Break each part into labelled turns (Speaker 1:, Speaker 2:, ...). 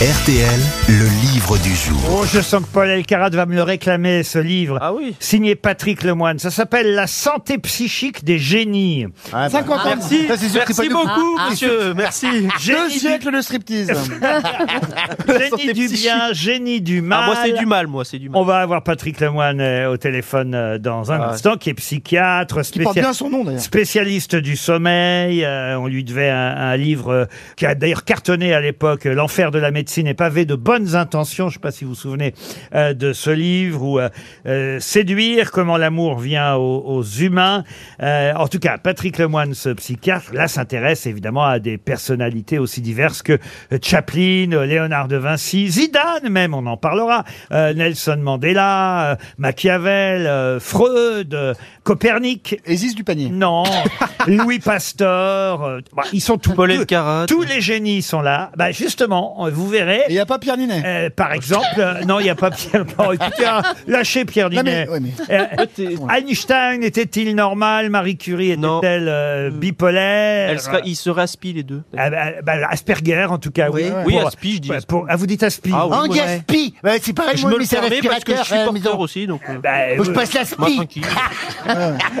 Speaker 1: RTL, le livre du jour.
Speaker 2: Oh, je sens que Paul Elkarat va me le réclamer, ce livre.
Speaker 3: Ah oui.
Speaker 2: Signé Patrick Lemoine. Ça s'appelle La santé psychique des génies.
Speaker 4: 50 ans.
Speaker 3: Ah, Merci,
Speaker 4: Ah bah. Ça, c'est sûr que c'est
Speaker 3: merci
Speaker 4: pas nous.
Speaker 3: beaucoup, Ah, monsieur. Merci.
Speaker 4: Deux
Speaker 2: Génie,
Speaker 4: siècles de striptease.
Speaker 2: génie du bien, génie du mal.
Speaker 3: Ah, moi, c'est du mal, moi, c'est du mal.
Speaker 2: On va avoir Patrick Lemoine euh, au téléphone euh, dans un
Speaker 3: Ah ouais.
Speaker 2: instant, qui est psychiatre,
Speaker 4: Qui porte
Speaker 2: spécia-
Speaker 4: bien son nom d'ailleurs.
Speaker 2: spécialiste du sommeil. Euh, on lui devait un, un livre euh, qui a d'ailleurs cartonné à l'époque, euh, L'enfer de la médecine est pavé de bonnes intentions. Je ne sais pas si vous vous souvenez euh, de ce livre ou euh, euh, Séduire, comment l'amour vient aux, aux humains. Euh, en tout cas, Patrick Lemoine, ce psychiatre, là s'intéresse évidemment à des personnalités aussi diverses que Chaplin, euh, Léonard de Vinci, Zidane même, on en parlera, euh, Nelson Mandela, euh, Machiavel, euh, Freud, euh, Copernic,
Speaker 4: Existe du panier.
Speaker 2: non, Louis Pasteur, euh, bah, ils sont tous,
Speaker 3: Paul
Speaker 2: tous-
Speaker 3: Elkarat.
Speaker 2: tous les génies sont là. Bah justement, euh, vous
Speaker 4: Et il
Speaker 2: verrez.
Speaker 4: n'y a pas Pierre Ninet.
Speaker 2: euh, par exemple, euh, non, il n'y a pas Pierre. Oh, écoutez, ah, lâchez Pierre
Speaker 4: Non,
Speaker 2: Ninet.
Speaker 4: mais- ouais, mais-
Speaker 2: Euh,
Speaker 3: Ah,
Speaker 2: Einstein était-il normal Marie Curie
Speaker 3: Non.
Speaker 2: était-elle euh, bipolaire
Speaker 3: Elle sera, ils se raspillent les deux.
Speaker 2: Ah, bah, bah, Asperger, en tout cas, oui.
Speaker 3: Oui,
Speaker 2: Pour-
Speaker 3: Aspi, je dis.
Speaker 2: pour- pour- ah, vous dites Aspi
Speaker 3: Ah oui.
Speaker 5: Un gaspi
Speaker 4: Bah,
Speaker 5: Ouais, C'est pareil,
Speaker 3: Je
Speaker 5: moi,
Speaker 3: me
Speaker 5: mais
Speaker 3: le
Speaker 5: c'est
Speaker 3: permets parce que je
Speaker 5: respirateur.
Speaker 4: eh,
Speaker 3: suis
Speaker 5: euh, mais
Speaker 3: porteur
Speaker 5: donc,
Speaker 3: aussi, donc. euh,
Speaker 2: Bah,
Speaker 5: Faut que je
Speaker 2: euh,
Speaker 5: passe la
Speaker 3: Moi,
Speaker 5: spie.
Speaker 3: tranquille.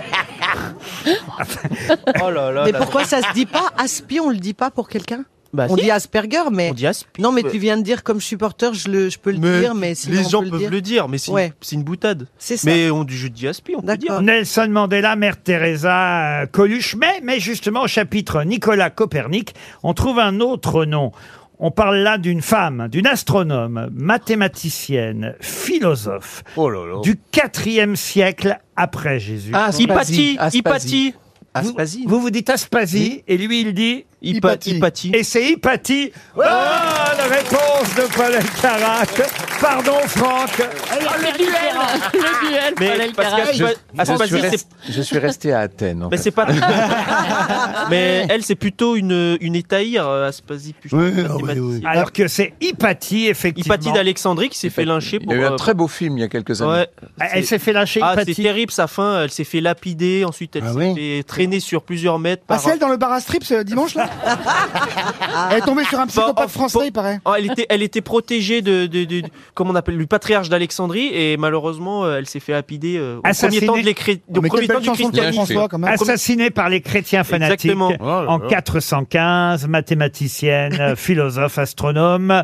Speaker 3: oh là là.
Speaker 6: Mais
Speaker 3: là.
Speaker 6: pourquoi ça se dit pas Aspi, on le dit pas pour quelqu'un
Speaker 3: Bah,
Speaker 6: On
Speaker 3: si.
Speaker 6: dit Asperger, mais.
Speaker 3: On dit Aspi.
Speaker 6: Non, mais tu viens de dire comme je suis porteur, je, le, je peux le
Speaker 3: Mais
Speaker 6: dire, mais sinon
Speaker 3: les
Speaker 6: on
Speaker 3: gens
Speaker 6: peut
Speaker 3: peuvent
Speaker 6: dire.
Speaker 3: le dire, mais c'est
Speaker 6: Ouais.
Speaker 3: c'est une boutade.
Speaker 6: C'est ça.
Speaker 3: Mais on dit je dis Aspi, on peut dire.
Speaker 6: D'accord.
Speaker 2: Nelson Mandela, Mère Teresa, euh, Coluche, mais, mais justement au chapitre Nicolas Copernic, on trouve un autre nom. On parle là d'une femme, d'une astronome, mathématicienne, philosophe
Speaker 3: Oh là là.
Speaker 2: du 4e siècle après Jésus.
Speaker 3: Ah. Hypatie, Hypatie,
Speaker 2: vous, vous vous dites Aspasie et lui il dit
Speaker 3: Hypatie, Hypatie.
Speaker 2: et c'est Hypatie. Ah, la réponse de Paul Elkarat. Pardon Franck.
Speaker 3: Mais parce
Speaker 7: Je suis,
Speaker 3: qu'Aspasie, c'est
Speaker 7: rest- je suis resté à Athènes. en
Speaker 3: Mais
Speaker 7: fait.
Speaker 3: c'est pas. mais elle, c'est plutôt une, une étaïre, euh, Aspasie. plus-
Speaker 4: ah
Speaker 3: mathématique.
Speaker 2: Alors que c'est Hypatie effectivement.
Speaker 3: Hypatie d'Alexandrie qui s'est fait lyncher
Speaker 7: Il
Speaker 3: pour.
Speaker 7: y a eu un
Speaker 3: euh,
Speaker 7: très beau film il y a quelques années.
Speaker 3: ouais.
Speaker 2: Elle s'est fait lâcher
Speaker 3: Ah, c'est
Speaker 2: Hypatie.
Speaker 3: terrible sa fin. Elle s'est fait lapider, ensuite elle
Speaker 4: Ah
Speaker 3: s'est
Speaker 4: oui.
Speaker 3: fait traîner sur plusieurs mètres
Speaker 4: Ah,
Speaker 3: par.
Speaker 4: celle dans le bar à strips euh, dimanche là Elle est tombée sur un
Speaker 3: Ah. Bon, oh,
Speaker 4: psychopathe
Speaker 3: bon.
Speaker 4: français, il paraît.
Speaker 3: Ah, elle était, elle était protégée de, de, de- de- comment on appelle, du patriarche d'Alexandrie et malheureusement, euh, elle s'est fait lapider euh, au
Speaker 2: Assassinée.
Speaker 3: premier temps de l'écrit, au
Speaker 4: Oh, Mais
Speaker 3: premier
Speaker 4: quelle
Speaker 3: temps
Speaker 4: belle
Speaker 3: du Ah,
Speaker 4: chanson de Claude
Speaker 3: christianisme.
Speaker 4: François quand même.
Speaker 2: Assassiné par les chrétiens fanatiques
Speaker 3: Exactement.
Speaker 7: Ah
Speaker 2: en 415, mathématicienne, philosophe, astronome.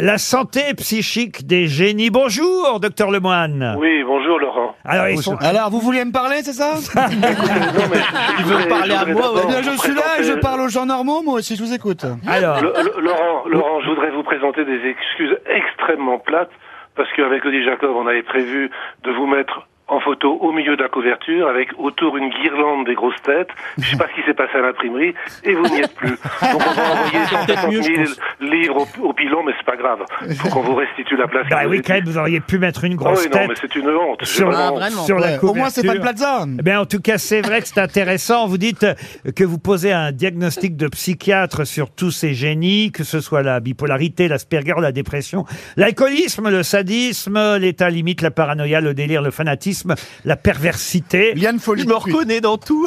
Speaker 2: La santé psychique des génies. Bonjour, docteur Lemoine.
Speaker 8: Oui, bonjour Laurent.
Speaker 2: Alors, ils sont...
Speaker 4: Alors, vous vouliez me parler, c'est ça
Speaker 3: Ah,
Speaker 8: Non, mais je- je
Speaker 3: Il veut
Speaker 8: voulais-
Speaker 3: parler
Speaker 8: je
Speaker 3: à
Speaker 8: voulais
Speaker 3: moi,
Speaker 8: d'abord
Speaker 4: Eh bien,
Speaker 8: vous
Speaker 4: je suis là et je
Speaker 8: présenter-
Speaker 4: parle aux gens normaux, moi aussi, je vous écoute.
Speaker 2: Alors,
Speaker 8: Le- le- Laurent, Laurent, je voudrais vous présenter des excuses extrêmement plates parce qu'avec Odile Jacob, on avait prévu de vous mettre en photo au milieu de la couverture avec autour une guirlande des grosses têtes. Je sais pas ce qui s'est passé à l'imprimerie et vous n'y êtes plus. Donc on va envoyer
Speaker 3: peut-être
Speaker 8: 150
Speaker 3: mieux, je
Speaker 8: 000 livres au, au pilon, mais c'est pas grave. Faut qu'on vous restitue la place.
Speaker 2: bah
Speaker 8: qui vous
Speaker 2: oui,
Speaker 8: est
Speaker 2: quand même, vous auriez pu mettre une grosse
Speaker 8: Ah oui, non,
Speaker 2: tête
Speaker 8: mais c'est une honte.
Speaker 2: sur,
Speaker 8: Vraiment.
Speaker 2: sur la
Speaker 4: Ouais,
Speaker 2: couverture.
Speaker 4: Au moins, c'est pas de Plaza.
Speaker 2: Eh bien, en tout cas, c'est vrai que c'est intéressant. Vous dites euh, que vous posez un diagnostic de psychiatre sur tous ces génies, que ce soit la bipolarité, l'asperger, la dépression, l'alcoolisme, le sadisme, l'état limite, la paranoïa, le délire, le fanatisme, la perversité,
Speaker 4: Liane Folie.
Speaker 3: Je me reconnais dans tout.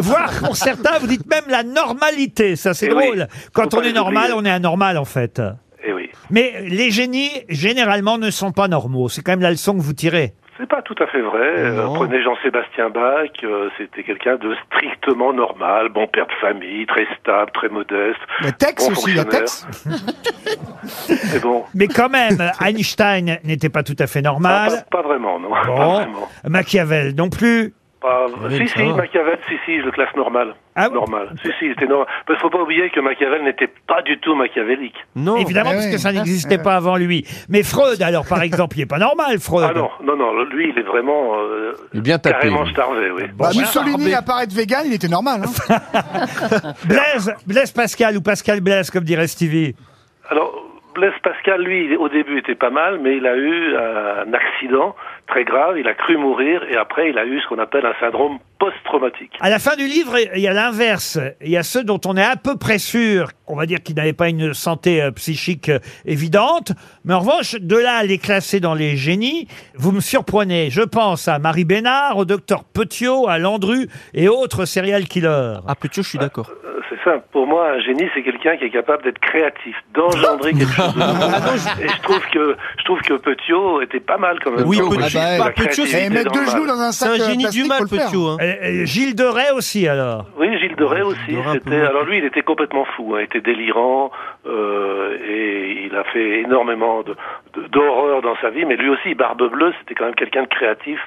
Speaker 2: voire pour certains, vous dites même la normalité. Ça, c'est
Speaker 8: Eh oui.
Speaker 2: drôle. Quand
Speaker 8: Faut
Speaker 2: on
Speaker 8: pas
Speaker 2: est
Speaker 8: les
Speaker 2: normal, on
Speaker 8: oublier.
Speaker 2: est anormal, en fait.
Speaker 8: Eh oui.
Speaker 2: Mais les génies, généralement, ne sont pas normaux. C'est quand même la leçon que vous tirez.
Speaker 8: C'est pas tout à fait vrai. Euh,
Speaker 3: Non.
Speaker 8: prenez Jean-Sébastien Bach, euh, c'était quelqu'un de strictement normal, bon père de famille, très stable, très modeste.
Speaker 4: Mais Tex
Speaker 8: bon
Speaker 4: aussi, il y a
Speaker 8: fonctionnaire.
Speaker 4: Tex.
Speaker 8: C'est bon.
Speaker 2: Mais quand même, Einstein n'était pas tout à fait
Speaker 8: Ah,
Speaker 2: normal.
Speaker 8: pas, pas vraiment, non. Pas
Speaker 2: Bon,
Speaker 8: vraiment.
Speaker 2: Machiavel non plus.
Speaker 8: Pas-
Speaker 3: Oui,
Speaker 8: Si,
Speaker 3: ça
Speaker 8: si,
Speaker 3: va.
Speaker 8: Machiavel, si, si, je le classe normal.
Speaker 2: Ah,
Speaker 8: normal. Si, si, c'était normal. Parce qu'il faut pas oublier que Machiavel n'était pas du tout machiavélique.
Speaker 3: Non.
Speaker 2: Évidemment,
Speaker 4: Ah
Speaker 2: parce
Speaker 4: oui.
Speaker 2: que ça n'existait pas avant lui. Mais Freud, alors, par exemple, il n'est pas normal, Freud.
Speaker 8: Ah non, non, non, lui, il est vraiment euh,
Speaker 7: Il est bien tapé. hein.
Speaker 8: carrément
Speaker 7: lui.
Speaker 8: starvé, oui.
Speaker 2: Bon,
Speaker 4: Bah,
Speaker 2: voilà.
Speaker 4: Mussolini, à part être vegan, il était normal. hein.
Speaker 2: Blaise, Blaise Pascal ou Pascal Blaise, comme dirait Stevie.
Speaker 8: Alors, Blaise Pascal, lui, il- au début, était pas mal, mais il a eu un accident très grave, il a cru mourir, et après, il a eu ce qu'on appelle un syndrome post-traumatique.
Speaker 2: À la fin du livre, il y a l'inverse. Il y a ceux dont on est à peu près sûr, on va dire qu'ils n'avaient pas une santé euh, psychique euh, évidente. Mais en revanche, de là à les classer dans les génies, vous me surprenez. Je pense à Marie Bénard, au docteur Petiot, à Landru et autres serial killers.
Speaker 3: Ah, plutôt, je suis d'accord.
Speaker 8: Euh, C'est simple. Pour moi, un génie, c'est quelqu'un qui est capable d'être créatif, d'engendrer quelque chose. de nouveau. Et je trouve que je trouve que Petiot était pas mal quand
Speaker 4: Ah,
Speaker 8: même.
Speaker 3: Oui,
Speaker 8: Dans
Speaker 3: Petiot,
Speaker 8: la
Speaker 3: bah,
Speaker 8: créativité,
Speaker 3: Petiot,
Speaker 8: dans
Speaker 3: c'est-
Speaker 8: le
Speaker 4: mettre Eh, deux
Speaker 8: mal.
Speaker 4: genoux dans un
Speaker 3: C'est
Speaker 4: sac
Speaker 3: un
Speaker 4: euh,
Speaker 3: génie du
Speaker 4: plastique, faut
Speaker 3: mal,
Speaker 4: le faire.
Speaker 3: Petiot. hein.
Speaker 2: Euh, euh, Gilles de Rais aussi, alors.
Speaker 8: Oui, Gilles de Rais aussi.
Speaker 3: Doré un peu
Speaker 8: C'était
Speaker 3: moins.
Speaker 8: alors lui, il était complètement fou, hein, il était délirant euh, et il a fait énormément de de- d'horreur dans sa vie. Mais lui aussi, Barbe Bleue, c'était quand même quelqu'un de créatif,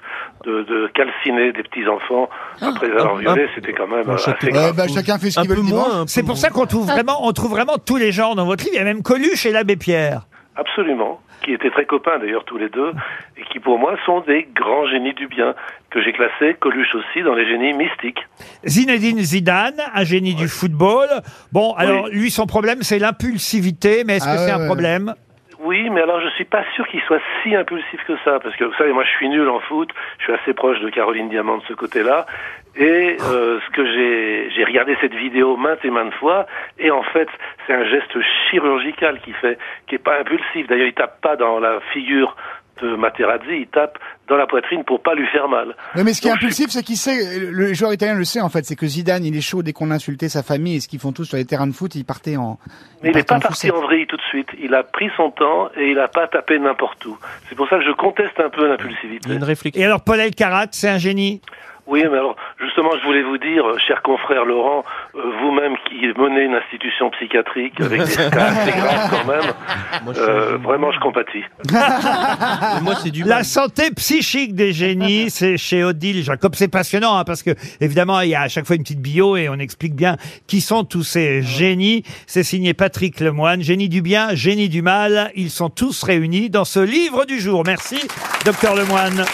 Speaker 8: de, de calciner des petits enfants après les avoir
Speaker 3: ah,
Speaker 8: violés. C'était quand même
Speaker 3: Ah,
Speaker 8: euh,
Speaker 3: chacun-
Speaker 8: assez
Speaker 4: Ouais,
Speaker 8: grave.
Speaker 4: bah, chacun fait ce
Speaker 3: Un
Speaker 4: qu'il veut
Speaker 3: peu
Speaker 4: le dimanche.
Speaker 3: moins. un peu
Speaker 2: C'est pour
Speaker 3: moins.
Speaker 2: ça qu'on trouve vraiment, on trouve vraiment tous les genres dans votre livre. Il y a même Coluche et l'abbé Pierre.
Speaker 8: Absolument, qui étaient très copains d'ailleurs tous les deux, et qui pour moi sont des grands génies du bien, que j'ai classé Coluche aussi dans les génies mystiques.
Speaker 2: Zinedine Zidane, un génie du football. Bon, alors lui, son problème, c'est l'impulsivité, mais est-ce que
Speaker 4: Ah
Speaker 2: c'est
Speaker 4: ouais,
Speaker 2: un
Speaker 4: ouais.
Speaker 2: problème
Speaker 8: Oui, mais alors je suis pas sûr qu'il soit si impulsif que ça, parce que vous savez, moi je suis nul en foot, je suis assez proche de Caroline Diamant de ce côté-là, et euh, ce que j'ai, j'ai regardé cette vidéo maintes et maintes fois, et en fait c'est un geste chirurgical qu'il fait, qui est pas impulsif. D'ailleurs, il tape pas dans la figure de Materazzi, il tape dans la poitrine pour pas lui faire mal.
Speaker 4: Ouais, mais ce qui est
Speaker 8: Donc, je suis-
Speaker 4: impulsif, c'est qu'il sait, le joueur italien le sait en fait, c'est que Zidane, il est chaud dès qu'on insultait sa famille et ce qu'ils font tous sur les terrains de foot, il partait en.
Speaker 8: Mais il n'est
Speaker 4: partait
Speaker 8: pas parti
Speaker 4: poussette.
Speaker 8: en vrille tout de suite. Il a pris son temps et il n'a pas tapé n'importe où. C'est pour ça que je conteste un peu
Speaker 3: Il y
Speaker 8: l'impulsivité.
Speaker 3: a une réflexion.
Speaker 2: Et alors, Paul Elkarat, c'est un génie
Speaker 8: Oui, mais alors, justement, je voulais vous dire, euh, cher confrère Laurent, euh, vous-même qui menez une institution psychiatrique avec des cas assez graves quand même,
Speaker 3: Moi, je suis un
Speaker 8: euh,
Speaker 3: génie.
Speaker 8: vraiment, je compatis.
Speaker 3: Mais Moi, c'est du mal.
Speaker 2: La santé psychique des génies, c'est chez Odile Jacob. C'est passionnant hein, parce que évidemment, il y a à chaque fois une petite bio et on explique bien qui sont tous ces génies. C'est signé Patrick Lemoine, génie du bien, génie du mal. Ils sont tous réunis dans ce livre du jour. Merci, docteur Lemoine.